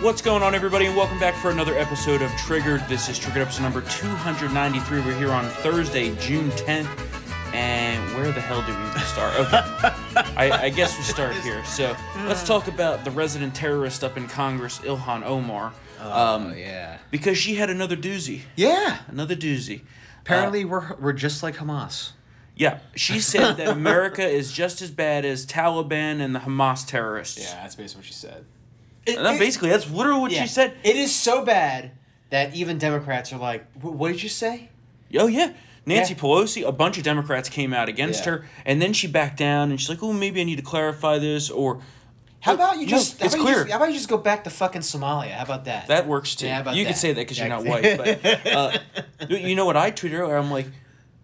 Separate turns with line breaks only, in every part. What's going on, everybody, and welcome back for another episode of Triggered. This is Triggered episode number 293. We're here on Thursday, June 10th. And where the hell do we even start? Okay. I, I guess we start here. So
Hmm.
let's talk about the resident terrorist up in Congress, Ilhan Omar, um,
Oh, yeah.
because she had another doozy.
Yeah.
Another doozy. Uh,
Apparently, we're we're just like Hamas.
Yeah, she said that America is just as bad as Taliban and the Hamas terrorists.
Yeah, that's basically what she said.
And that basically, that's literally what she said.
It is so bad that even Democrats are like, "Wh- "What did you say?"
Oh yeah. Nancy
Yeah.
Pelosi, a bunch of Democrats came out against
Yeah.
her, and then she backed down, and she's like, "Oh, maybe I need to clarify this," or
How about you
No,
just? how
it's
about you
clear.
just- how about you just go back to fucking Somalia? How about that?
that works too.
Yeah, how about
you could
that?
say that because you're not white,
Exactly.
but uh, you- you know what I tweeted earlier? I'm like,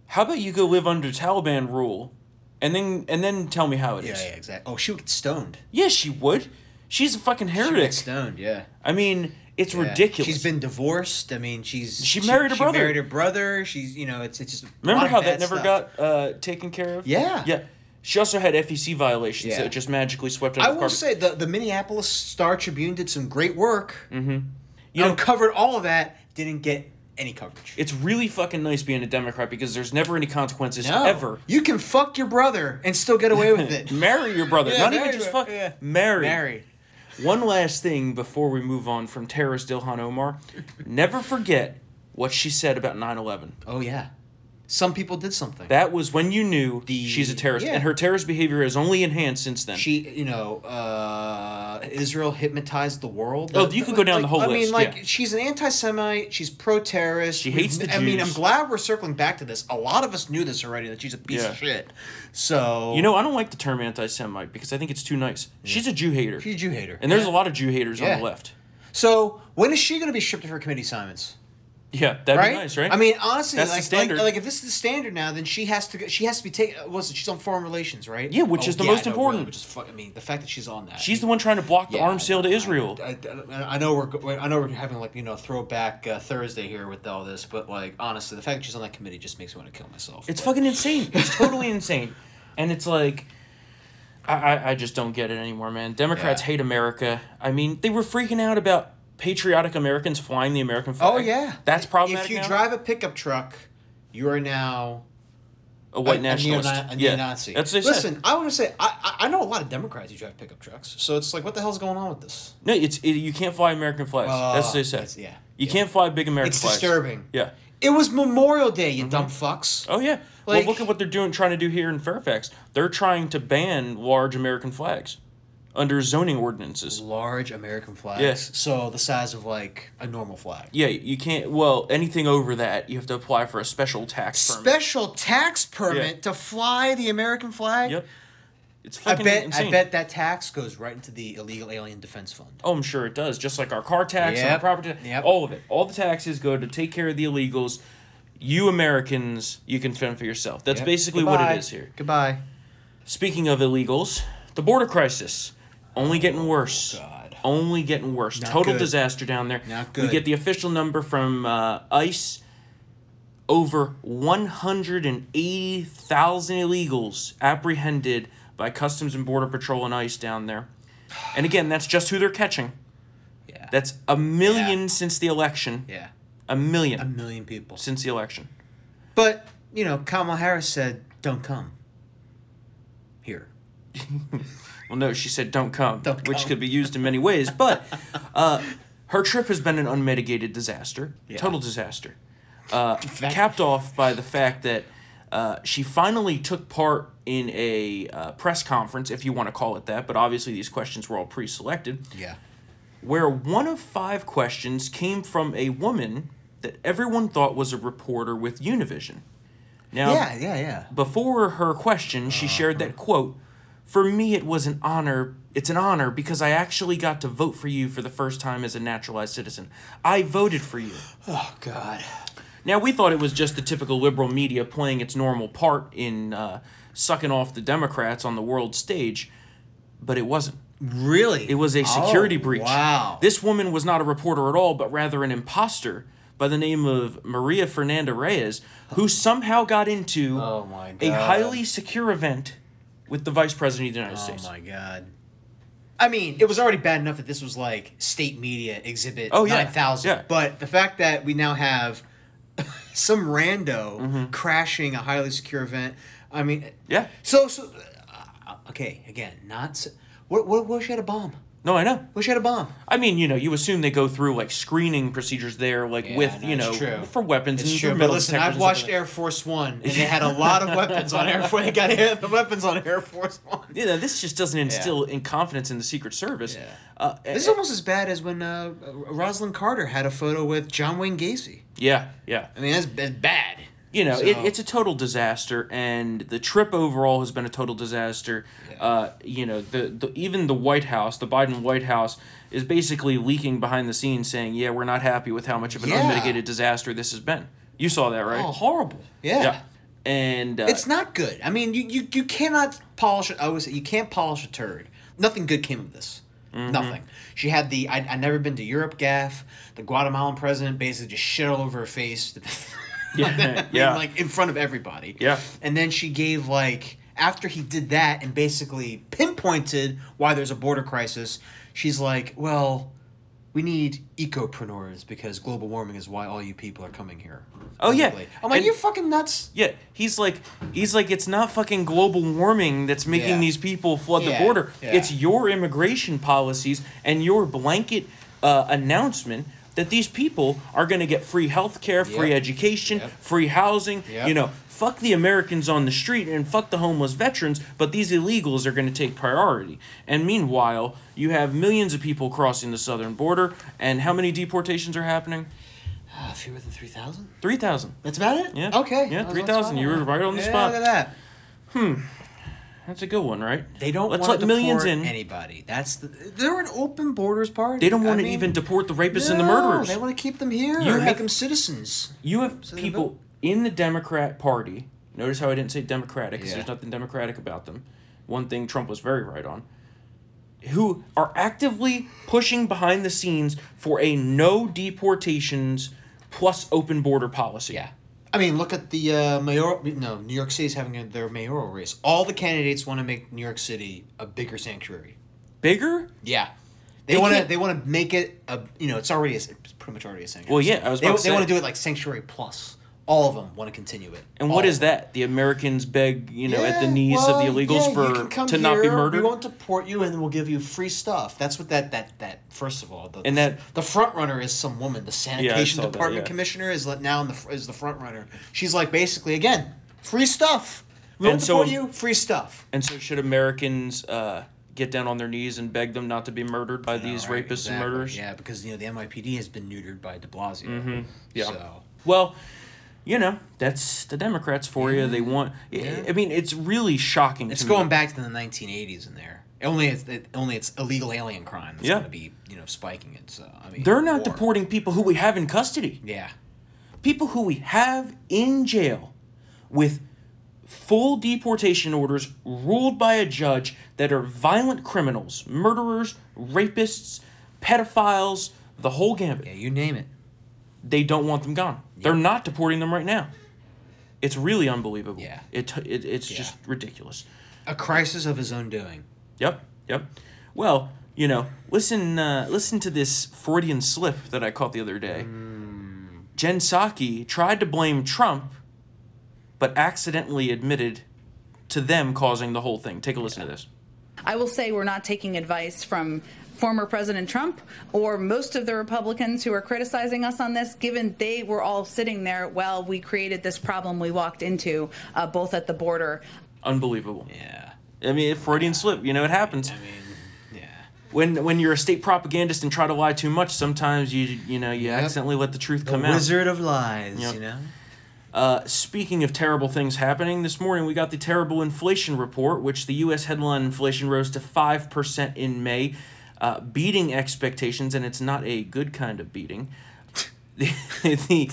"How about you go live under Taliban rule, and then and then tell me how it is."
yeah, yeah, exactly. Oh, she would get stoned.
Yeah, she would. She's a fucking
She would get
heretic.
stoned. Yeah.
I mean, it's
Yeah.
ridiculous.
She's been divorced. I mean, she's
She married her brother.
She married her brother. She's you know, it's it's just. a lot
Remember
of
how
bad
that never
stuff.
got uh, taken care of?
Yeah.
Yeah. She also had FEC violations
Yeah.
that just magically swept under
I
the
will
carpet.
say the the Minneapolis Star Tribune did some great work.
Mm.
Mm-hmm. You
know-
uncovered all of that. Didn't get any coverage.
it's really fucking nice being a Democrat because there's never any consequences ever.
You can fuck your brother and still get away with it.
Marry your brother.
Yeah,
Not
marry
even just
your-
fuck.
yeah.
Marry.
Marry.
One last thing before we move on from terrorist Ilhan Omar. Never forget what she said about 9 11.
Oh yeah. Some people did something.
That was when you knew
The-
she's a terrorist.
yeah.
And her terrorist behavior has only enhanced since then.
she, you know, uh, Israel hypnatized the world.
Oh, you could go down
Like,
the whole
I
list,
mean, like
yeah.
she's an anti-Semite. She's pro-terrorist.
She
We've-
hates the
I mean, I'm
Jews.
glad we're circling back to this. A lot of us knew this already that she's a piece
Yeah.
of shit. So
you know, I don't like the term anti Semite because I think it's too nice. She's a Jew hater.
she's a Jew hater.
and there's a lot of Jew haters on
Yeah.
the left.
So when is she going to be stripped of her committee assignments?
Yeah, that'd
right?
be nice, right?
I mean, honestly,
That's the
like, like,
standard.
like if this is the standard now, then she has to go, she has to be taken. Was it? She's on foreign relations, right? Oh,
Yeah, which is the most
I know,
important.
really, which is fuck. I mean, the fact that she's on that.
she's the one trying to block the
Yeah,
arms
I-
sale to Israel.
I, I, I know we're go- I know we're having like you know throwback uh, Thursday here with all this, but like honestly, the fact that she's on that committee just makes me want to kill myself.
It's
But-
fucking insane. It's totally insane. And it's like, I, I, I just don't get it anymore, man. Democrats
Yeah.
hate America. I mean, they were freaking out about patriotic Americans flying the American flag.
Oh yeah,
That's problematic.
If you
now?
drive a pickup truck, you are now
a white
a-
nationalist,
a, neo- a
yeah,
neo-Nazi.
that's what they
Listen,
said.
I want to say I, I I know a lot of Democrats who drive pickup trucks, so it's like what the hell's going on with this?
No, it's it, you can't fly American flags. that's what they
Uh,
said.
that's- yeah,
You
yeah.
can't fly big American
It's
flags.
disturbing.
Yeah.
It was Memorial Day, you dumb fucks.
Oh yeah.
Like-
well, look at what they're doing, trying to do here in Fairfax. They're trying to ban large American flags under zoning ordinances.
Large American flags.
Yes.
So the size of like a normal flag.
Yeah, you can't. Well, anything over that, you have to apply for a special tax permit.
Special tax permit
Yeah.
to fly the American flag.
Yep. It's
I
fucking
bet
insane.
I bet that tax goes right into the illegal alien defense fund.
Oh, I'm sure it does. Just like our car tax and our
Yep.
property tax,
Yep.
all of it. All the taxes go to take care of the illegals. You Americans, you can fend for yourself. That's
Yep.
basically what
Goodbye.
it is here.
Goodbye.
Speaking of illegals, the border crisis only getting worse.
Oh, God.
Only getting worse. Total
good.
disaster down there.
Not
We
good.
get the official number from uh, ICE. Over 180,000 illegals apprehended by Customs and Border Patrol and ICE down there. And again, that's just who they're catching.
Yeah.
That's a million
Yeah.
since the election.
yeah.
A million
A million people.
since the election.
But you know, Kamala Harris said, "Don't come here."
Well, no, she said don't come,
Don't
which
come.
could be used in many ways. But uh, her trip has been an unmitigated disaster,
Yeah.
total disaster, uh,
fact-
capped off by the fact that uh, she finally took part in a uh, press conference, if you want to call it that. But obviously, these questions were all pre-selected,
Yeah.
where one of five questions came from a woman that everyone thought was a reporter with Univision. Now,
Yeah, yeah, yeah.
before her question, she shared that quote, "For me it was an honor. It's an honor because I actually got to vote for you for the first time as a naturalized citizen. I voted for you."
Oh God.
Now we thought it was just the typical liberal media playing its normal part in uh, sucking off the Democrats on the world stage, but it wasn't.
Really?
It was a security
Oh,
breach.
Wow.
This woman was not a reporter at all, but rather an imposter by the name of Maria Fernanda Reyes, who somehow got into
Oh my
a
God.
highly secure event with the vice president of the United States.
Oh my Oh, god. I mean, it was already bad enough that this was like state media exhibit
Oh, yeah.
9000.
Yeah.
But the fact that we now have some rando crashing a highly secure event, I mean,
Mm-hmm. Yeah.
so, so uh, okay, again, not. s what, what, what if she had a bomb?
No, I know.
What if she had a bomb?
I mean, you know, you assume they go through like screening procedures there, like
Yeah,
with
no,
you know
it's true.
for weapons
It's
and
true,
for
but
metal
listen,
detectors
I've
and
watched
stuff like
Air Force One, and they had a lot of weapons on Air Force. They got air, the weapons on Air Force One.
that. You know, this just doesn't instill in confidence in the Secret Service.
Yeah.
Uh,
This is almost as bad as when uh, Rosalind Carter had a photo with John Wayne Gacy.
yeah, yeah.
I mean, that's, that's bad.
you know, it,
So-
it's a total disaster, and the trip overall has been a total disaster. Uh, you know, the, the even the White House, the Biden White House, is basically leaking behind the scenes, saying, "Yeah, we're not happy with how much of an
Yeah.
unmitigated disaster this has been." You saw that, right?
Oh, horrible. Yeah.
And uh,
It's not good. I mean, you, you, you cannot polish it. I always say you can't polish a turd. Nothing good came of this.
Mm-hmm.
Nothing. She had the I, I never been to Europe gaff. The Guatemalan president basically just shit all over her face.
Yeah,
I mean,
yeah.
Like in front of everybody.
Yeah.
And then she gave like after he did that and basically pinpointed why there's a border crisis. She's like, well, we need ecopreneurs because global warming is why all you people are coming here.
Oh, yeah.
Basically. I'm like,
And-
you fucking nuts.
yeah, he's like, he's like, it's not fucking global warming that's making
Yeah.
these people flood
Yeah,
the border.
yeah.
It's your immigration policies and your blanket uh, announcement that these people are going to get free health care, free
Yep.
education,
Yep.
free housing.
Yep.
You know, fuck the Americans on the street and fuck the homeless veterans, but these illegals are going to take priority. And meanwhile, you have millions of people crossing the southern border. And how many deportations are happening?
Uh, fewer than 3,000?
3,000.
That's about it?
Yeah.
Okay.
Yeah,
I was
3,000.
on spot
You
on
were
that.
right on the
yeah,
spot.
Look at that.
That's a good one, right?
They don't
Let's
want
let
to
millions
deport
in.
anybody. That's the, they're an open borders party.
They don't want
I
to
mean,
even deport the rapists and the
no,
murderers.
They want to keep them here.
You
You
have-
make them citizens.
you have
So they
people
vote.
in the Democrat Party. Notice how I didn't say Democratic because
Yeah.
there's nothing Democratic about them. One thing Trump was very right on. Who are actively pushing behind the scenes for a no deportations plus open border policy.
I mean, look at the uh, mayoral. No, New York City's having their mayoral race. All the candidates want to make New York City a bigger sanctuary.
Bigger?
Yeah. They,
They
want to.
can't-
They want to make it a. You know, it's already. A, it's pretty much already a sanctuary.
Well, yeah, I was
They,
about to
they want
say.
to do it like sanctuary plus. All of them want to continue it.
And
All
what
of
is
them.
that? The Americans beg, you know, at the
Yeah,
knees
well,
of the illegals
yeah, you can
for
come
to not be
here,
murdered.
We won't deport you, and we'll give you free stuff. That's what that that that first of all. The,
And that-
the front runner is some woman. The
saw
sanitation
that,
department
yeah.
commissioner is like now in the fr- is the front runner. She's like basically again, free stuff. We
And
won't
so-
deport you. Free stuff.
And so, should Americans uh, get down on their knees and beg them not to be murdered by these
All right,
rapists
exactly.
and murderers? Mm-hmm.
Yeah, because you know the NYPD has been neutered by De Blasio.
Yeah.
So.
Well, you know, that's the Democrats for you. They want. I- I mean, it's really shocking.
It's
to
going
me.
back to the 1980s in there. Only it's it, only it's illegal alien crime that's
Yeah.
going to be you know spiking it. So I mean
They're not
war.
deporting people who we have in custody.
Yeah,
People who we have in jail with full deportation orders ruled by a judge that are violent criminals, murderers, rapists, pedophiles, the whole gambit.
yeah, you name it.
they don't want them gone. They're not deporting them right now. It's really unbelievable.
Yeah.
It, it it's just
Yeah.
ridiculous.
A crisis of his own doing.
Yep. Yep. Well, you know, listen uh, listen to this Freudian slip that I caught the other day.
Hmm.
Jen Psaki tried to blame Trump, but accidentally admitted to them causing the whole thing. Take a listen to this.
I will say we're not taking advice from former President Trump or most of the Republicans who are criticizing us on this, given they were all sitting there while we created this problem we walked into, uh, both at the border.
Unbelievable.
Yeah,
I mean, Freudian slip. You know, it happens.
I mean, yeah.
When when you're a state propagandist and try to lie too much, sometimes you you know you
Yep.
accidentally let the truth
The
come out.
Wizard of Lies.
Yep.
You know.
Uh, speaking of terrible things happening, this morning we got the terrible inflation report, which the U.S. headline inflation rose to 5% in May, uh, beating expectations, and it's not a good kind of beating. the, the,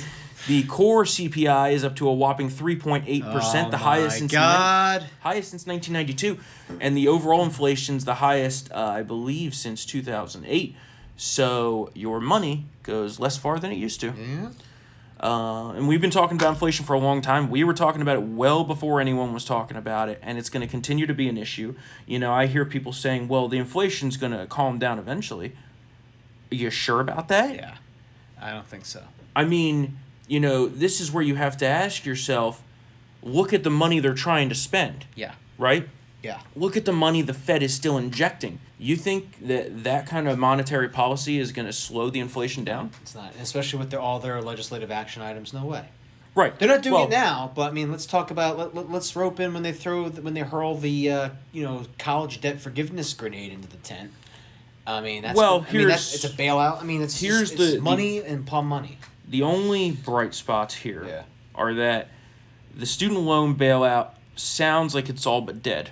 the core CPI is up to a whopping 3.8%, the highest
Oh My
since
God.
highest since 1992, and the overall inflation's the highest, uh, I believe, since 2008. So your money goes less far than it used to.
Yeah.
Uh, and we've been talking about inflation for a long time. We were talking about it well before anyone was talking about it, and it's going to continue to be an issue. You know, I hear people saying, well, the inflation's going to calm down eventually. Are you sure about that?
Yeah, I don't think so.
I mean, you know, this is where you have to ask yourself look at the money they're trying to spend,
Yeah,
right?
yeah.
Look at the money the Fed is still injecting. You think that that kind of monetary policy is going to slow the inflation down?
It's not, especially with their, all their legislative action items. No way.
Right.
They're not doing
Well,
it now, but I mean, let's talk about let, let, let's rope in when they throw the, when they hurl the uh, you know college debt forgiveness grenade into the tent. I mean, that's
Well,
I mean, that's,
here's-
it's a bailout. I mean, it's
here's
here's just, it's
the-
money and palm money.
The only bright spots here
Yeah.
are that the student loan bailout sounds like it's all but dead.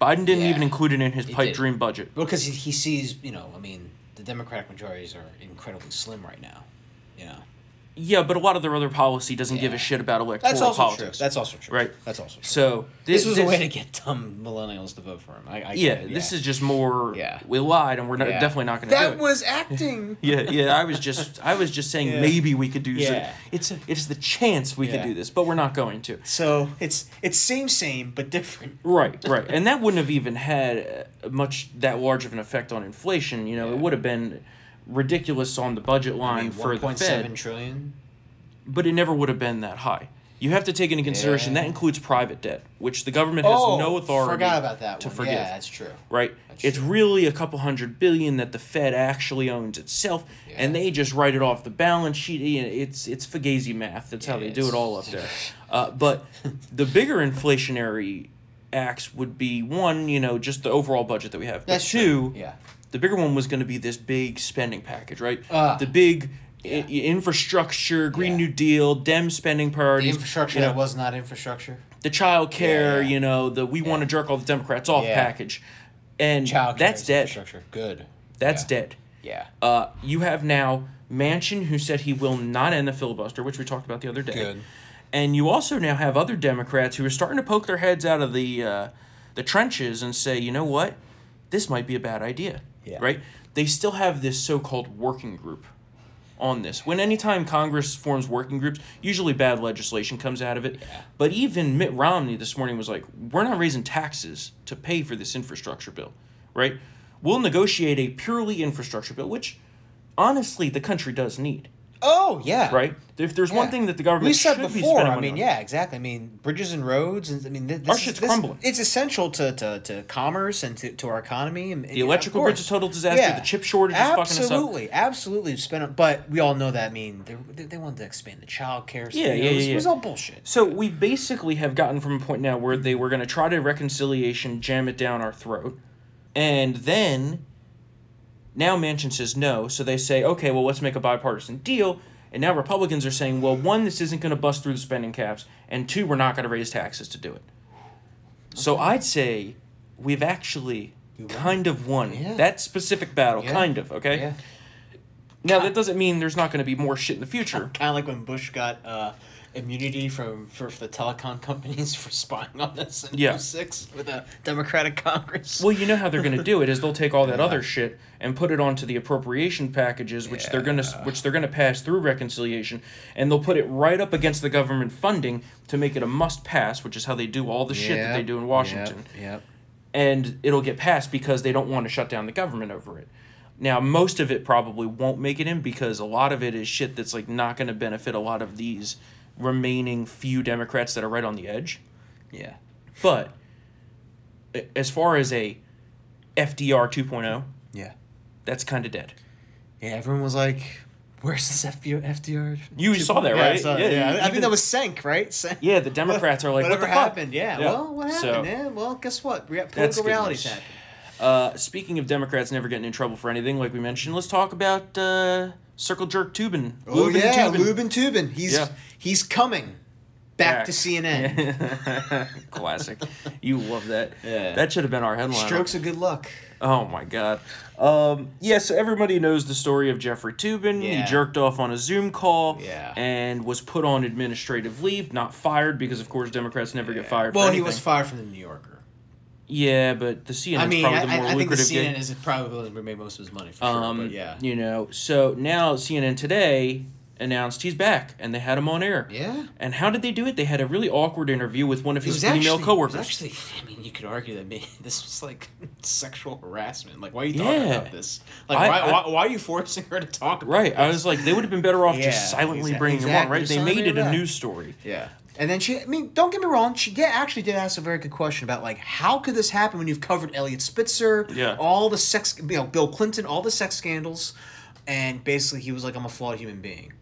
Biden didn't
Yeah.
even include it in his
He
pipe
didn't.
dream budget.
Well, because he, he sees you know, I mean, the Democratic majorities are incredibly slim right now. You know,
Yeah, but a lot of their other policy doesn't give a
Yeah.
shit about electoral
that's also
politics.
true. That's also true.
Right.
That's also true.
so
this, was a way to get dumb millennials to vote for him. I, I get
Yeah,
it,
this is just more.
Yeah.
we lied, and we're not,
Yeah.
definitely not going to. do
that
it.
was acting.
Yeah, yeah. I was just, I was just saying
Yeah.
maybe we could do.
Yeah.
Yeah. It's a, it's the chance we
Yeah.
could do this, but we're not going to.
So it's it's same same but different.
Right, right, and that wouldn't have even had uh, much that large of an effect on inflation. You know, it
Yeah.
would have been ridiculous on the budget line for
One
the
point
Fed,
seven trillion.
but it never would have been that high. You have to take into consideration
Yeah.
that includes private debt, which the government has no authority.
Oh, Forgot about that.
to
one.
forgive.
Yeah, that's true.
Right,
That's
it's
true.
really a couple hundred billion that the Fed actually owns itself, and
Yeah.
they just write it off the balance sheet. You know, It's it's fugazi math. That's how
It
they do
is.
it all up there. Uh, but the bigger inflationary acts would be one, you know, just the overall budget that we have. But
That's
two,
true. Yeah.
the bigger one was going to be this big spending package, right?
Ah.
the big
Yeah.
i- infrastructure, Green
Yeah.
New Deal, Dem spending
The
priorities,
infrastructure
you know,
that was not infrastructure.
the child care,
Yeah, yeah.
you know, the we want to
Yeah.
jerk all the Democrats off
Yeah.
package. And
Child
that's dead.
Infrastructure. Good.
That's
yeah.
dead.
Yeah.
Uh, you have now Manchin, who said he will not end the filibuster, which we talked about the other day.
Good.
And you also now have other Democrats who are starting to poke their heads out of the uh, the trenches and say, you know what, this might be a bad idea.
Yeah.
Right? They still have this so-called working group on this. When anytime Congress forms working groups, usually bad legislation comes out of it. But even Mitt Romney this morning was like, we're not raising taxes to pay for this infrastructure bill, right? We'll negotiate a purely infrastructure bill, which honestly the country does need,
Oh yeah.
right? If there's one
Yeah.
thing that the government
We said
should be
before.
spending
I
money
mean,
on-
yeah, exactly. I mean, bridges and roads, and I mean, th- this
Our
is-
shit's
this-
crumbling.
It's essential to, to, to commerce and to, to our economy. And,
The electrical grid's a total disaster. The chip shortage is fucking us up.
Absolutely, absolutely. Spent, up- but we all know that. I mean, they, they, they wanted to expand the child care.
Yeah, yeah,
It was,
yeah,
it was
yeah.
all bullshit.
So we basically have gotten from a point now where they were going to try to reconciliation, jam it down our throat, and then now Manchin says no. So they say, okay, well let's make a bipartisan deal. And now Republicans are saying, well, one, this isn't going to bust through the spending caps, and two, we're not going to raise taxes to do it. So I'd say we've actually kind of won
Yeah.
that specific battle,
Yeah.
kind of. Okay.
Yeah.
Now that doesn't mean there's not going to be more shit in the future.
Kind of like when Bush got uh, immunity from for, for the telecom companies for spying on us in
Yeah.
06 with a Democratic Congress.
Well, you know how they're going to do it is they'll take all that other shit and put it onto the appropriation packages, which they're going to which they're going to pass through reconciliation, and they'll put it right up against the government funding to make it a must pass, which is how they do all the shit that they do in Washington,
Yep.
and it'll get passed because they don't want to shut down the government over it. Now, most of it probably won't make it in because a lot of it is shit that's like not going to benefit a lot of these remaining few Democrats that are right on the edge.
Yeah.
But a- as far as a FDR 2.0,
Yeah.
oh, that's kind of dead.
Yeah, everyone was like, "Where's this FDR?" FDR?
You saw that,
oh, yeah, I
right?
saw it,
Yeah,
yeah, I- I
even-
think that was Senk, right? Senk.
Yeah, the Democrats are like,
Whatever
what the fuck?
happened? Yeah.
Yeah.
Well, what happened?
So-
man? Well, guess what? Re-
That's
political
good
realities
news.
happened.
Uh, speaking of Democrats never getting in trouble for anything, like we mentioned, let's talk about uh, Circle Jerk Tubin.
Oh
Lubin
yeah,
Tubin.
Lubin Tubin. He's
Yeah.
he's coming back, to CNN.
Classic. You love that.
Yeah.
That should have been our headline.
Strokes of good luck.
Oh my god. Um, yeah, so everybody knows the story of Jeffrey Tubin. He
Yeah.
jerked off on a Zoom call
Yeah.
and was put on administrative leave, not fired because of course Democrats never get fired
Well,
for
he
anything.
was fired from the New Yorker.
yeah, but the CNN
I mean,
probably
I,
the more
I, I think the
lucrative gig.
CNN is probably where he made most of his money for sure.
um,
But yeah.
You know, so now CNN today announced he's back, and they had him on air.
Yeah.
And how did they do it? They had a really awkward interview with one of
It
his
was
female
actually,
coworkers.
It was actually, I mean, you could argue that maybe this was like sexual harassment. Like, why are you talking
Yeah.
about this? Like,
I-
why,
I-
why, why are you forcing her to talk? About
Right.
This?
I was like, they would have been better off
Yeah,
just silently
exact-
bringing him on,
exactly,
right?
just
They
silently
made it a
back.
news story.
Yeah. And then she, I mean, don't get me wrong, she did, actually did ask a very good question about, like, how could this happen when you've covered Elliot Spitzer,
Yeah.
all the sex, you know, Bill Clinton, all the sex scandals. And basically, he was like, I'm a flawed human being,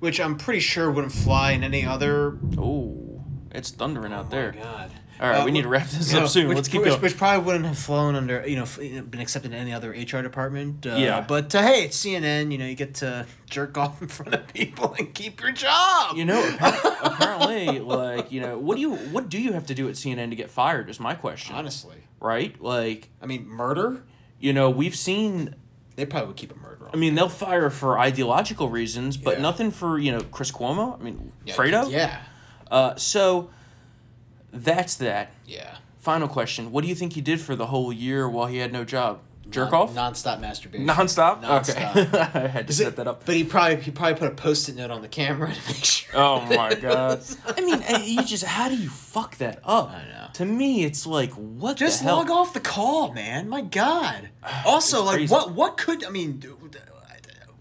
which I'm pretty sure wouldn't fly in any other.
Oh, it's thundering out there.
God.
All right,
Uh,
we need to wrap this up soon.
Which,
Let's keep
which,
going.
Which probably wouldn't have flown under, you know, f- you know, been accepted in any other HR department. Uh,
Yeah.
But uh, hey, it's CNN. You know, you get to jerk off in front of people and keep your job.
you know, appar- apparently, like you know, what do you what do you have to do at CNN to get fired? Is my question,
honestly,
right? Like
I mean, murder.
you know, we've seen.
They probably would keep a murder.
I
On.
mean, they'll fire for ideological reasons, but
Yeah.
nothing for you know Chris Cuomo. I mean,
Yeah,
Fredo.
Yeah.
Uh, so that's that.
Yeah.
Final question: What do you think he did for the whole year while he had no job? Jerk
Non-
off.
Nonstop masturbation.
Nonstop?
Nonstop.
Okay. I had to
Is
set
it-
that up.
But he probably he probably put a post-it note on the camera to make sure.
Oh my god. I mean, I- you just how do you fuck that up?
I know.
To me, it's like what
Just
the hell?
log off the call, man. My God. Also, like,
crazy.
what? What could I mean? dude,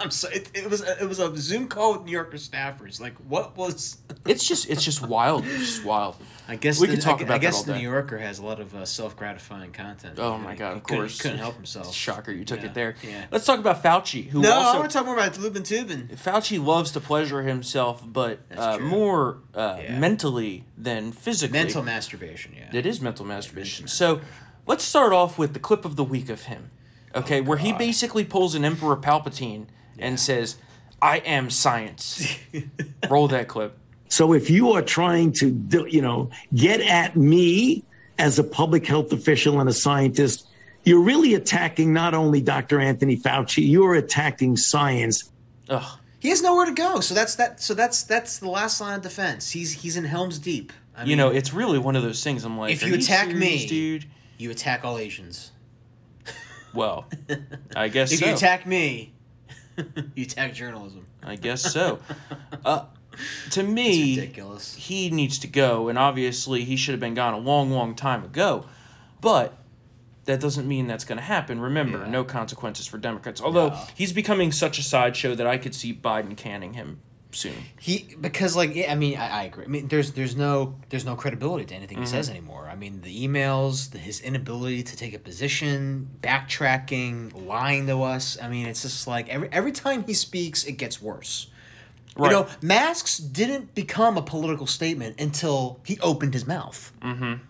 I'm so it, it was a- it was a Zoom call with New Yorker staffers. Like, what was?
It's just it's just wild. It's just wild.
I guess
we
the-
could talk
I,
about
I guess
that all
the
day.
New Yorker has a lot of uh, self gratifying content.
Oh
He
my
couldn't-
god!
he
Of
couldn't-
course,
couldn't help himself.
Shocker, you took
Yeah,
it there.
yeah.
Let's talk about Fauci, who
No, I
also
want to talk more about Lubin Tubin.
Fauci loves to pleasure himself, but uh,
true.
more uh,
Yeah.
mentally than physically.
Mental masturbation. Yeah.
It is mental masturbation. So let's start off with the clip of the week of him. Okay,
Oh,
where he basically pulls an Emperor Palpatine and says, I am science. Roll that clip.
So if you are trying to, do, you know, get at me as a public health official and a scientist, you're really attacking not only Dr. Anthony Fauci, you're attacking science.
Ugh.
He has nowhere to go. So that's that. So that's that's the last line of defense. He's he's in Helm's Deep. I
You know, it's really one of those things I'm like,
If
"Are
you attack
serious,
me-
dude.
you attack all Asians.
Well, I guess
If
so.
you attack me, you attack journalism.
I guess so. Uh, to me,
ridiculous.
he needs to go, and obviously he should have been gone a long, long time ago. But that doesn't mean that's going to happen. Remember,
Yeah.
no consequences for Democrats. Although he's becoming such a sideshow that I could see Biden canning him soon.
He because like yeah, I mean I, I agree. I mean there's there's no there's no credibility to anything he says anymore. I mean the emails, the, his inability to take a position, backtracking, lying to us. I mean it's just like every every time he speaks, it gets worse.
Right.
You know, masks didn't become a political statement until he opened his mouth. Mm-hmm.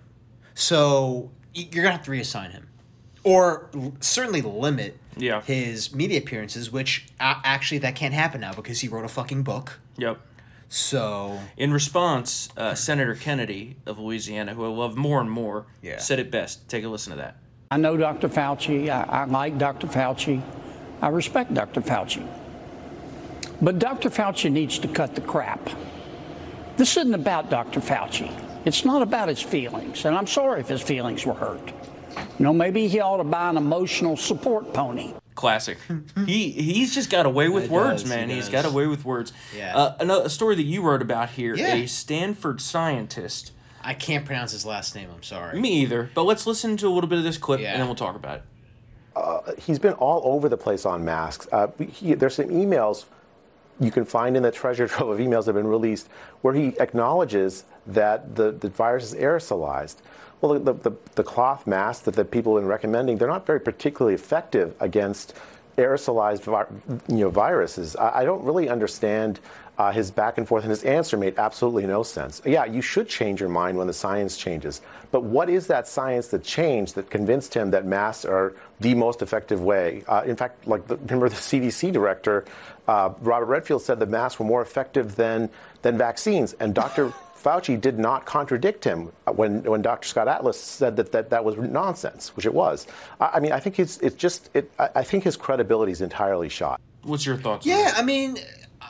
So y- you're gonna have to reassign him, or l- certainly limit
Yeah.
his media appearances. Which uh, actually that can't happen now because he wrote a fucking book.
Yep.
So
In response, uh, Senator Kennedy of Louisiana, who I love more and more,
Yeah.
said it best. Take a listen to that.
I know Dr. Fauci. I, I like Dr. Fauci. I respect Dr. Fauci. But Dr. Fauci needs to cut the crap. This isn't about Dr. Fauci. It's not about his feelings, and I'm sorry if his feelings were hurt. You know, maybe he ought to buy an emotional support pony.
Classic. he he's just got away with
He
words,
does,
man.
he
has
does.
got away with words.
Yeah.
Uh, another a story that you wrote about here.
Yeah.
A Stanford scientist.
I can't pronounce his last name. I'm sorry.
Me either. But let's listen to a little bit of this clip
Yeah.
and then we'll talk about it.
he's been all over the place on masks. Uh, he, there's some emails you can find in the treasure trove of emails that have been released where he acknowledges that the, the virus is aerosolized. Well, the, the, the cloth masks that the people have been recommending, they're not very particularly effective against aerosolized vi- you know, viruses. I, I don't really understand uh, his back and forth, and his answer made absolutely no sense. Yeah, you should change your mind when the science changes. But what is that science that changed that convinced him that masks are the most effective way? Uh, in fact, like the, remember the CDC director, uh, Robert Redfield said the masks were more effective than than vaccines, and Dr. Fauci did not contradict him uh, when, when Dr. Scott Atlas said that, that that was nonsense, which it was. I, I mean, I think it's, it's just, it, I, I think his credibility is entirely shot.
What's your thoughts? on
Yeah,
that?
I mean,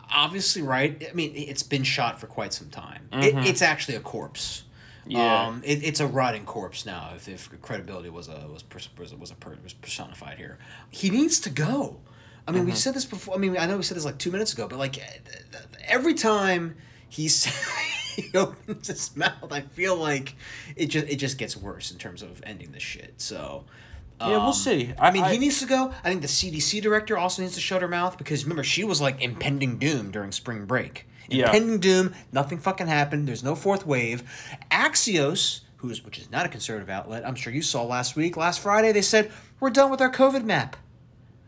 obviously, right? I mean, it's been shot for quite some time. It, it's actually a corpse.
Yeah.
Um, it, it's a rotting corpse now. If, if credibility was a was pers- was a, was, a per, was personified here, he needs to go. I mean, we've said this before. I mean, I know we said this like two minutes ago, but like eh, th- th- every time he s- he opens his mouth, I feel like it just it just gets worse in terms of ending this shit. So.
Yeah, we'll
um,
see.
I mean,
I-
he needs to go. I think the CDC director also needs to shut her mouth because remember, she was like impending doom during spring break.
Yeah.
Impending doom. Nothing fucking happened. There's no fourth wave. Axios, who's which is not a conservative outlet, I'm sure you saw last week, last Friday, they said we're done with our COVID map.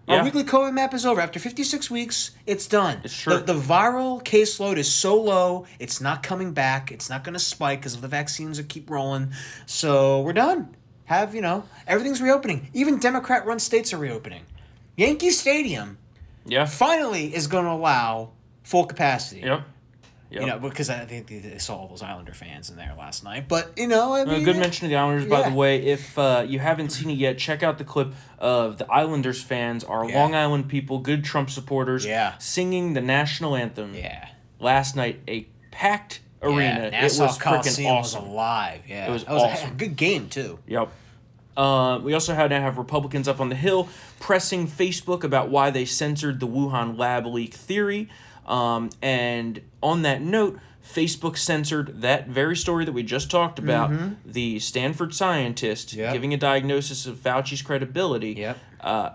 Our
Yeah.
weekly COVID map is over. After 56 weeks, it's done.
sure-
The, the viral caseload is so low, it's not coming back. It's not going to spike because of the vaccines that keep rolling. So we're done. Have, you know, everything's reopening. Even Democrat run states are reopening. Yankee Stadium
Yeah.
finally is going to allow full capacity.
Yep. Yep.
You know, because I think they- they saw all those Islander fans in there last night. But, you know, I
A
mean,
good
it-
mention of the Islanders, by
Yeah.
the way. If uh, you haven't seen it yet, check out the clip of the Islanders fans, our Long Island people, good Trump supporters,
Yeah.
singing the national anthem.
Yeah.
Last night, a packed arena.
Yeah,
it
Nassau
was freaking
Coliseum was
awesome.
alive. Yeah. It
was
was a-
awesome.
a good game, too.
Yep. Uh, we also had to have Republicans up on the Hill pressing Facebook about why they censored the Wuhan lab leak theory. Um, and on that note, Facebook censored that very story that we just talked about the Stanford scientist
Mm-hmm. Yep.
giving a diagnosis of Fauci's credibility.
Yep.
Uh,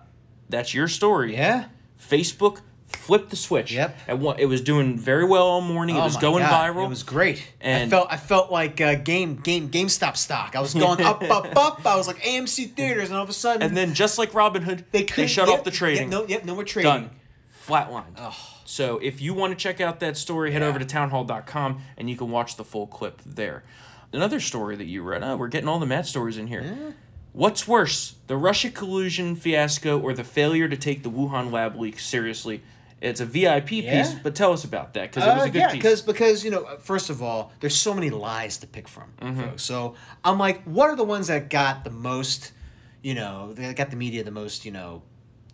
that's your story.
Yeah.
Facebook flipped the switch.
Yep.
At one, it was doing very well all morning. it
Oh
was
my
going
God,
viral.
It was great. I
And-
felt I felt like uh, game game GameStop stock. I was going up up up. I was like AMC theaters, and all of a sudden
And then, just like Robin Hood, they,
couldn't-
shut
yep,
off the trading.
Yep, no, yep, no more trading.
done flatlined so if you want to check out that story head over to townhall.com and you can watch the full clip there another story that you read oh, we're getting all the matt stories in here what's worse the russia collusion fiasco or the failure to take the wuhan lab leak seriously it's a vip piece
Yeah.
but tell us about that because it was
Uh,
a good
yeah,
piece
because because you know, uh, first of all, there's so many lies to pick from,
Mm-hmm.
folks. So I'm like, what are the ones that got the most, you know, that got the media the most, you know,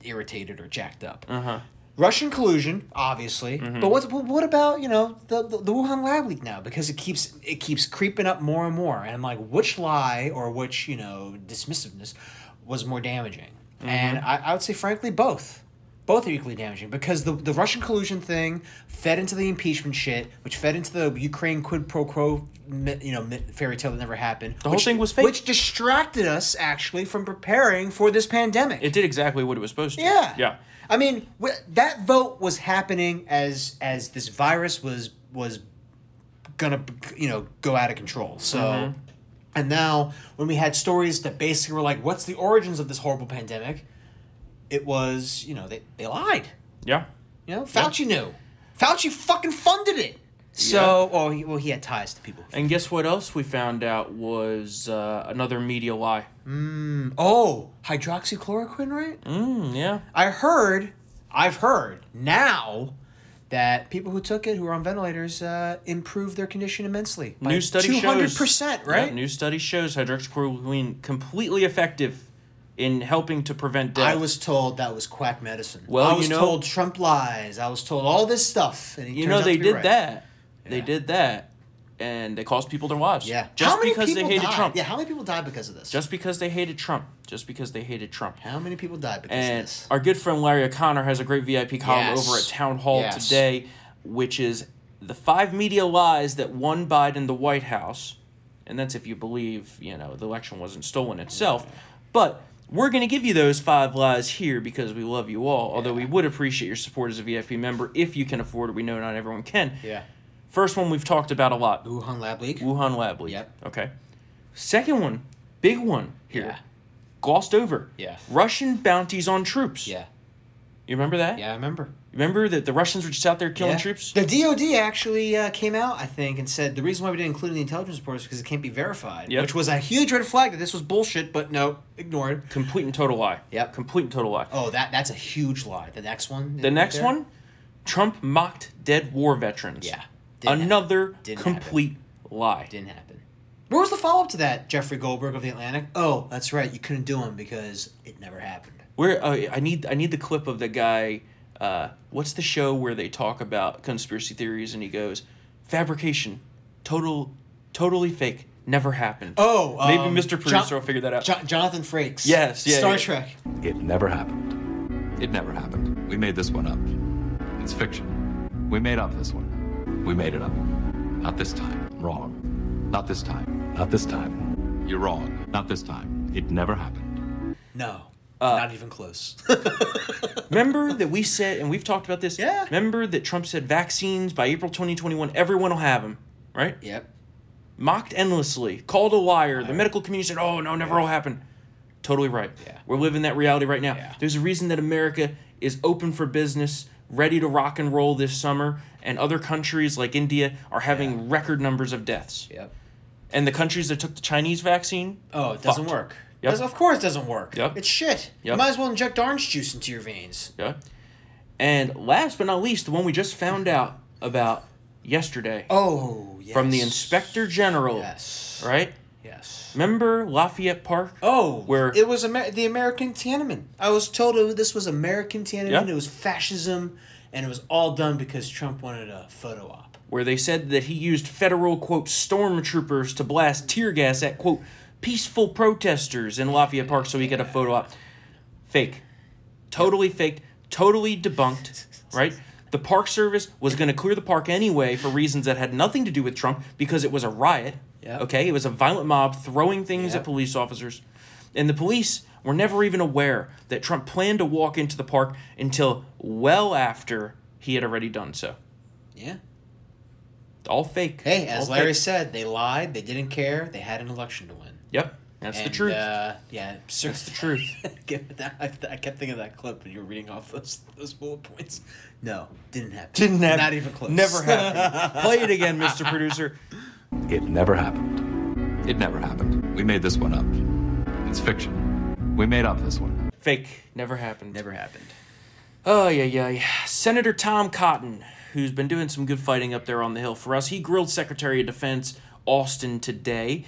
irritated or jacked up? Uh-huh. Russian collusion, obviously,
Mm-hmm.
but what but what about you know the, the the Wuhan lab leak now? Because it keeps it keeps creeping up more and more, and I'm like, which lie or which you know dismissiveness was more damaging?
Mm-hmm.
And I, I would say, frankly, both both are equally damaging because the, the Russian collusion thing fed into the impeachment shit, which fed into the Ukraine quid pro quo, mi- you know, mi- fairy tale that never happened. The
whole thing was fake.
which distracted us actually from preparing for this pandemic.
it did exactly what it was supposed to
yeah,
yeah
I mean, wh- that vote was happening as as this virus was was gonna you know go out of control. So.
Mm-hmm.
And now, when we had stories that basically were like, "What's the origins of this horrible pandemic?" It was, you know, they, they lied.
yeah
You know, Fauci knew. Fauci fucking funded it. So, oh, he, well, he had ties to people.
and guess what else we found out was uh, another media lie
Oh, hydroxychloroquine, right?
Mm, yeah
I heard, I've heard now that people who took it, who are on ventilators, uh, improved their condition immensely. by
new study
200%,
shows
right?
Yeah, new study shows hydroxychloroquine completely effective in helping to prevent death.
I was told that was quack medicine.
Well,
I
you
was
know-
told Trump lies. I was told all this stuff. And it
you
turns
know
out
they
to be
did
right.
that. They did that and they cost people their lives.
Yeah.
Just
How many
because they
people
hated
died?
Trump.
Yeah, how many people died because of this?
Just because they hated Trump. Just because they hated Trump.
how many people died because of
And
this?
our good friend Larry O'Connor has a great VIP column
Yes.
over at Town Hall
Yes.
today, which is the five media lies that won Biden the White House. And that's if you believe, you know, the election wasn't stolen itself. But we're going to give you those five lies here because we love you all, although we would appreciate your support as a VIP member if you can afford it. We know not everyone can.
yeah.
First one we've talked about a lot
Wuhan Lab Leak.
Wuhan lab leak.
Yep.
Okay. Second one, big one here.
Yeah.
Glossed over.
Yeah.
Russian bounties on troops.
Yeah.
You remember that?
Yeah, I remember.
Remember that the Russians were just out there killing troops?
The DOD actually uh, came out, I think, and said the reason why we didn't include it in the intelligence report is because it can't be verified,
Yep.
which was a huge red flag that this was bullshit. But no, ignored.
Complete and total lie.
Yep.
Complete and total lie.
Oh, that that's a huge lie. The next one.
the next one, Trump mocked dead war veterans.
Yeah. Didn't
Another
happen. Didn't happen.
complete lie.
didn't happen. Where was the follow up to that, Jeffrey Goldberg of the Atlantic? Oh, that's right, you couldn't do him because it never happened.
Where uh, I need I need the clip of the guy. Uh, what's the show where they talk about conspiracy theories and he goes, fabrication, total, totally fake, never happened.
Oh,
maybe
um,
Mr. Producer
Jon-
will figure that out.
Jo- Jonathan Frakes.
Yes, yeah,
Star
yeah.
Trek.
It never happened. It never happened. We made this one up. It's fiction. We made up this one. We made it up. Not this time. Wrong. Not this time. Not this time. You're wrong. Not this time. It never happened.
No,
Uh.
not even close.
Remember that we said, and we've talked about this.
Yeah.
Remember that Trump said vaccines by April 2021, everyone will have them, right?
yep.
Mocked endlessly, called a liar. The medical community said, oh, no, never will happen. Totally right.
Yeah.
We're living that reality right now.
Yeah.
There's a reason that America is open for business, ready to rock and roll this summer, and other countries like India are having record numbers of deaths.
Yep.
And the countries that took the Chinese vaccine,
Oh, it doesn't
Fucked.
work.
Yep.
Does- Of course, it doesn't work.
Yep.
It's shit. You
Yep.
might as well inject orange juice into your veins.
Yeah. And last but not least, the one we just found out about yesterday
Oh, yes.
from the Inspector General.
Yes.
Right?
Yes.
Remember Lafayette Park?
Oh,
Where-
it was Amer- the American Tiananmen. I was told it, this was American Tiananmen.
Yeah.
It was fascism, and it was all done because Trump wanted a photo op.
Where they said that he used federal, quote, stormtroopers to blast tear gas at, quote, peaceful protesters in Lafayette Park so he got a photo op. Fake. Totally faked. Totally debunked. Right? The Park Service was going to clear the park anyway for reasons that had nothing to do with Trump because it was a riot.
Yeah.
Okay? It was a violent mob throwing things
Yeah.
at police officers. And the police were never even aware that Trump planned to walk into the park until well after he had already done so.
Yeah.
All fake.
Hey, as
All
Larry
fake.
said, they lied. They didn't care. They had an election to win.
Yep. That's the
And,
truth.
Uh, yeah, sir.
That's the truth.
I, I kept thinking of that clip when you were reading off those those bullet points. No, didn't happen.
Didn't happen.
Not even close.
Never happened. Play it again, Mr. Producer.
It never happened. It never happened. We made this one up. It's fiction. We made up this one.
Fake. Never happened.
Never happened.
Oh, yeah, yeah, yeah. Senator Tom Cotton, who's been doing some good fighting up there on the Hill for us, he grilled Secretary of Defense Austin today,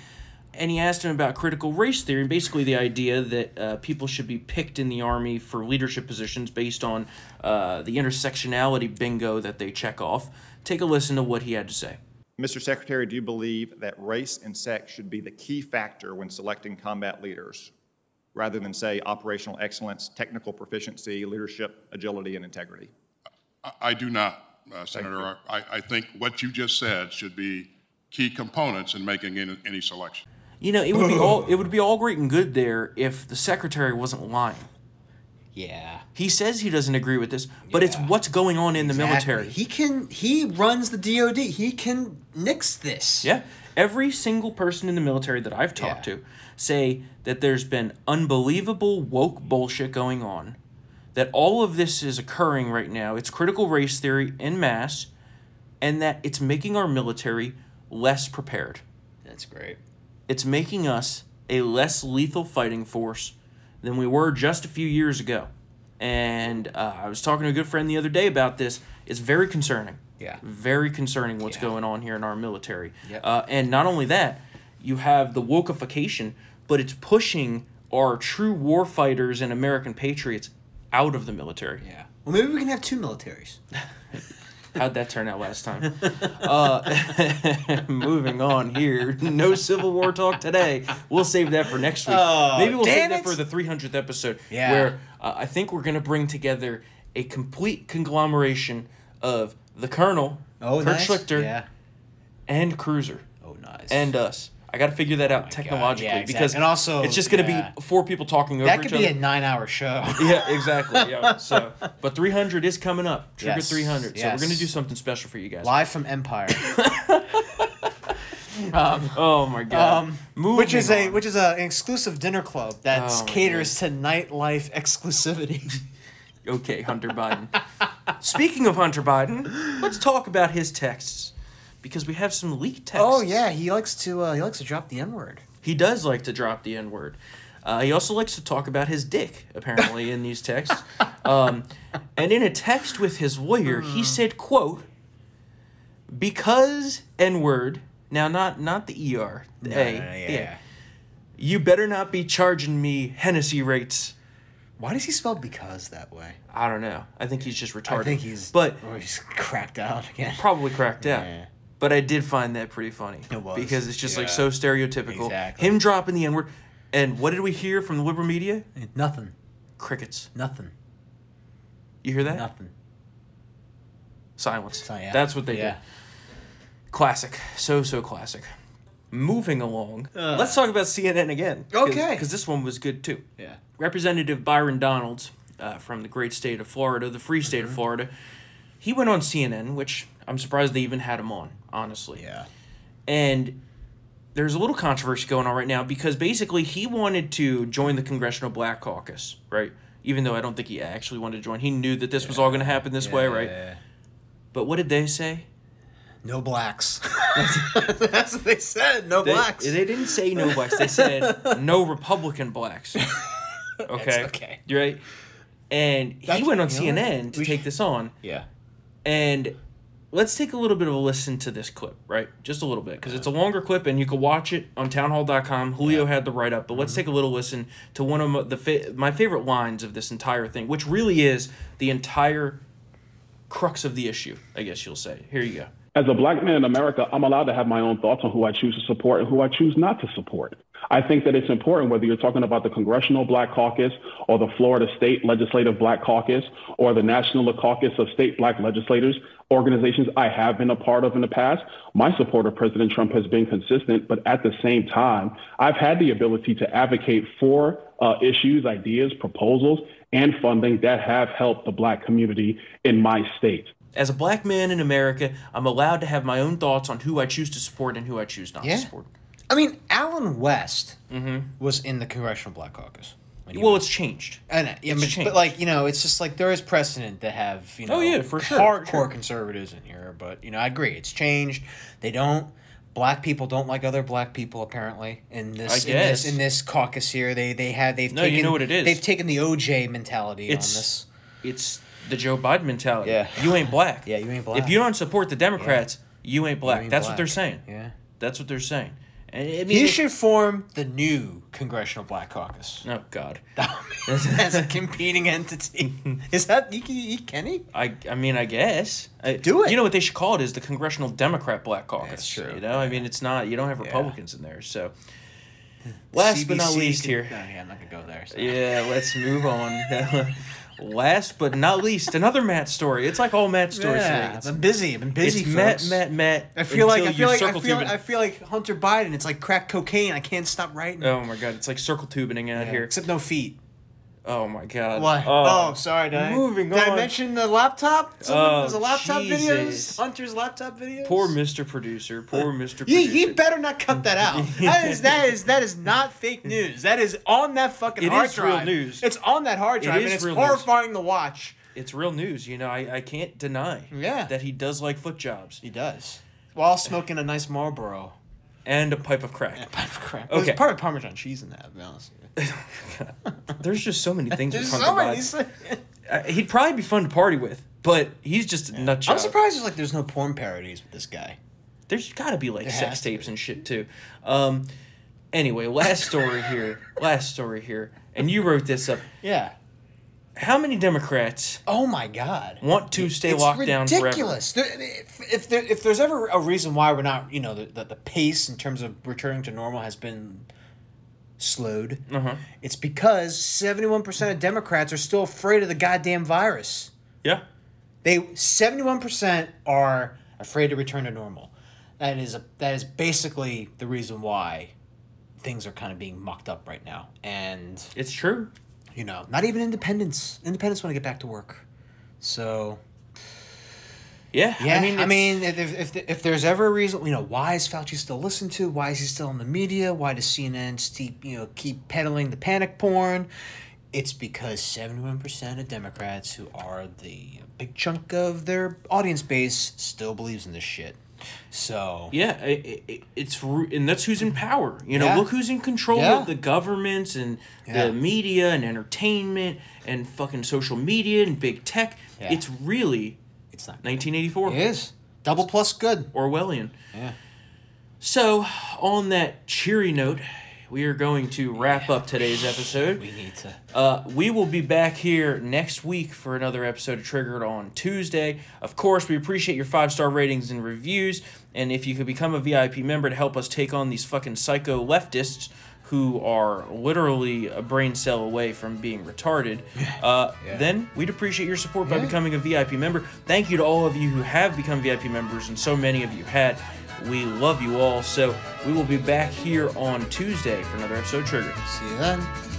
and he asked him about critical race theory, basically the idea that uh, people should be picked in the Army for leadership positions based on uh, the intersectionality bingo that they check off. Take a listen to what he had to say.
Mr. Secretary, do you believe that race and sex should be the key factor when selecting combat leaders, rather than, say, operational excellence, technical proficiency, leadership, agility, and integrity?
I- I do not, uh, Senator. I, I think what you just said should be key components in making any, any selection.
You know, it would be all it would be all great and good there if the secretary wasn't lying.
Yeah.
He says he doesn't agree with this, but it's what's going on in the military.
He can. He runs the DoD. He can nix this.
yeah. Every single person in the military that I've talked
Yeah.
to say that there's been unbelievable woke bullshit going on. That all of this is occurring right now. It's critical race theory en masse, and that it's making our military less prepared.
That's great.
It's making us a less lethal fighting force than we were just a few years ago. And uh, I was talking to a good friend the other day about this. It's very concerning.
Yeah.
Very concerning what's
Yeah.
going on here in our military.
Yep.
Uh, and not only that, you have the wokeification, but it's pushing our true warfighters and American patriots out of the military.
Yeah. Well, maybe we can have two militaries.
How'd that turn out last time? Uh, moving on here. No Civil War talk today. We'll save that for next week. Maybe we'll save
Oh, damn
that
it.
for the 300th episode
Yeah.
where uh, I think we're going to bring together a complete conglomeration of the Colonel,
Oh,
Kurt
nice.
Schlichter,
Yeah.
and Cruiser,
Oh, nice.
and uh, us. I got to figure that out technologically
Oh Yeah, exact-
because
and also,
it's just going to
yeah.
be four people talking
that
over
could
each
be a
other.
nine-hour show.
yeah, exactly. Yeah. So, but 300 is coming up. Trigger
Yes,
300. So
yes.
we're going to do something special for you guys.
Live from Empire,
Oh my god.
um,
Moving
which is a
on.
which is a, an exclusive dinner club that
Oh, my
caters to nightlife exclusivity.
okay, Hunter Biden. Speaking of Hunter Biden, let's talk about his texts because we have some leaked texts.
oh yeah, he likes to uh, he likes to drop the N-word.
He does like to drop the N word. Uh, he also likes to talk about his dick, apparently, in these texts. Um, and in a text with his lawyer, he said, "quote Because N word now, not not the er, the a, the A. You better not be charging me Hennessy rates."
Why does he spell because that way?
I don't know. I think he's just retarded.
I think he's
but
or he's cracked out again.
probably cracked out.
Yeah.
But I did find that pretty funny.
It was.
Because it's just like
Yeah.
so stereotypical.
Exactly.
Him dropping the N word. And what did we hear from the liberal media?
Nothing.
Crickets.
Nothing.
You hear that?
Nothing.
Silence.
So, yeah.
That's what they
Yeah.
did. Classic. So, so classic. Moving along, let's talk about CNN again.
Okay.
Because this one was good too.
Yeah.
Representative Byron Donalds uh, from the great state of Florida, the free
Mm-hmm.
state of Florida, he went on CNN, which I'm surprised they even had him on, honestly.
Yeah.
And there's a little controversy going on right now because basically he wanted to join the Congressional Black Caucus, right? Even though I don't think he actually wanted to join. He knew that this was all going to happen this way, right? But what did they say?
No blacks. That's what they said. No
They,
blacks.
They didn't say no blacks. They said no Republican blacks. Okay.
okay.
You're right. And he
That's-
went on
you know what?
CNN to
We
take
sh-
this on.
yeah.
And let's take a little bit of a listen to this clip, right? Just a little bit, because it's a longer clip and you can watch it on townhall.com. Julio had the write up, but
Mm-hmm.
let's take a little listen to one of my, the fa- my favorite lines of this entire thing, which really is the entire crux of the issue, I guess you'll say. Here you go.
As a black man in America, I'm allowed to have my own thoughts on who I choose to support and who I choose not to support. I think that it's important whether you're talking about the Congressional Black Caucus or the Florida State Legislative Black Caucus or the National Caucus of State Black Legislators, organizations I have been a part of in the past. My support of President Trump has been consistent, but at the same time, I've had the ability to advocate for uh, issues, ideas, proposals, and funding that have helped the black community in my state.
As a black man in America, I'm allowed to have my own thoughts on who I choose to support and who I choose not
Yeah.
to support.
I mean, Alan West was in the Congressional Black Caucus. When he
Mm-hmm. Well, it's changed.
I know, yeah, but,
changed.
but like you know, it's just like there is precedent to have you know
Oh, yeah, for sure,
hardcore
sure.
conservatives in here. But you know, I agree, it's changed. They don't black people don't like other black people apparently in this in
guess.
this in this caucus here. They they had they've
No, you
taken,
know what it is.
They've taken the OJ mentalality
It's-
on this.
It's the Joe Biden mentality.
Yeah.
You ain't black.
Yeah, you ain't black.
If you don't support the Democrats, you ain't black.
ain't
That's
black.
what they're saying.
Yeah.
That's what they're saying. And I mean,
You
it-
should form the new Congressional Black Caucus
Oh God.
as a competing entity. Is that E. you can, you, can he?
I I mean I guess. I,
Do it.
You know what they should call it is the Congressional Democrat Black Caucus.
That's true.
You know, I mean it's not you don't have Republicans in there. So last but not
CBC
least
can-
here.
No, yeah, I'm not gonna go there. so.
Yeah, let's move on. last but not least, another Matt story. It's like all Matt stories.
Yeah,
today. It's,
I've been busy. I've been busy.
it's Matt,
folks.
Matt, Matt.
I feel like
until
I
you
feel like I
circle
feel
tube
like,
it.
I feel like Hunter Biden. It's like crack cocaine. I can't stop writing.
Oh my god, it's like circle tubing out
Yeah,
here.
Except no feet.
Oh my god.
Why?
Oh,
Oh, sorry. Did I,
moving
did
on.
I mention the laptop? Someone,
Oh,
there's a laptop
Jesus.
videos. Hunter's laptop videos.
poor Mr. Producer. Poor Mr. Producer.
He, he better not cut that out. That is that is that is not fake news. That is on that fucking
It
hard
is real
drive.
news.
It's on that hard
It
drive,
is
and it's
real news.
horrifying to watch.
it's real news, you know. I, I can't deny
Yeah.
that he does like foot jobs
He does while smoking a nice Marlboro.
and a pipe of crack.
Pipe of crap.
Okay.
There's probably Parmesan cheese in that. To be honest. With you.
There's just so many things.
There's
with
so
Hunter
many.
Biden. Uh, He'd probably be fun to party with, but he's just a nut job.
I'm surprised there's like there's no porn parodies with this guy.
There's got to be like sex
has to
tapes and shit too. Um, anyway, last story here. Last story here. And you wrote this up.
Yeah.
How many Democrats
Oh my god.
want to stay
it's
locked down forever?
ridiculous. There- if, if, there, if there's ever a reason why we're not, you know, the, the, the pace in terms of returning to normal has been slowed, it's because 71% of Democrats are still afraid of the goddamn virus.
Yeah.
They 71% are afraid to return to normal. That is a, that is basically the reason why things are kind of being mucked up right now. And
It's true.
you know, not even independents. Independents want to get back to work. So
Yeah.
yeah, I
I mean,
mean, I
it's-
mean, if, if, if there's ever a reason, you know, why is Fauci still listened to? Why is he still in the media? Why does CNN keep, you know, keep peddling the panic porn? It's because seventy-one percent of Democrats, who are the big chunk of their audience base, still believes in this shit. So
Yeah, i i it's ru- and that's who's in power. You know,
Yeah.
look who's in control
Yeah.
of the governments and
Yeah.
the media and entertainment and fucking social media and big tech.
Yeah.
It's really
it's not. It
1984
is double plus good.
Orwellian. So, on that cheery note, we are going to wrap up today's episode.
We need to.
Uh, we will be back here next week for another episode of Triggered on Tuesday. Of course, we appreciate your five star ratings and reviews. And if you could become a VIP member to help us take on these fucking psycho leftists who are literally a brain cell away from being retarded, uh, then we'd appreciate your support by becoming a VIP member. Thank you to all of you who have become VIP members, and so many of you had. We love you all. So we will be back here on Tuesday for another episode of Trigger.
See you then.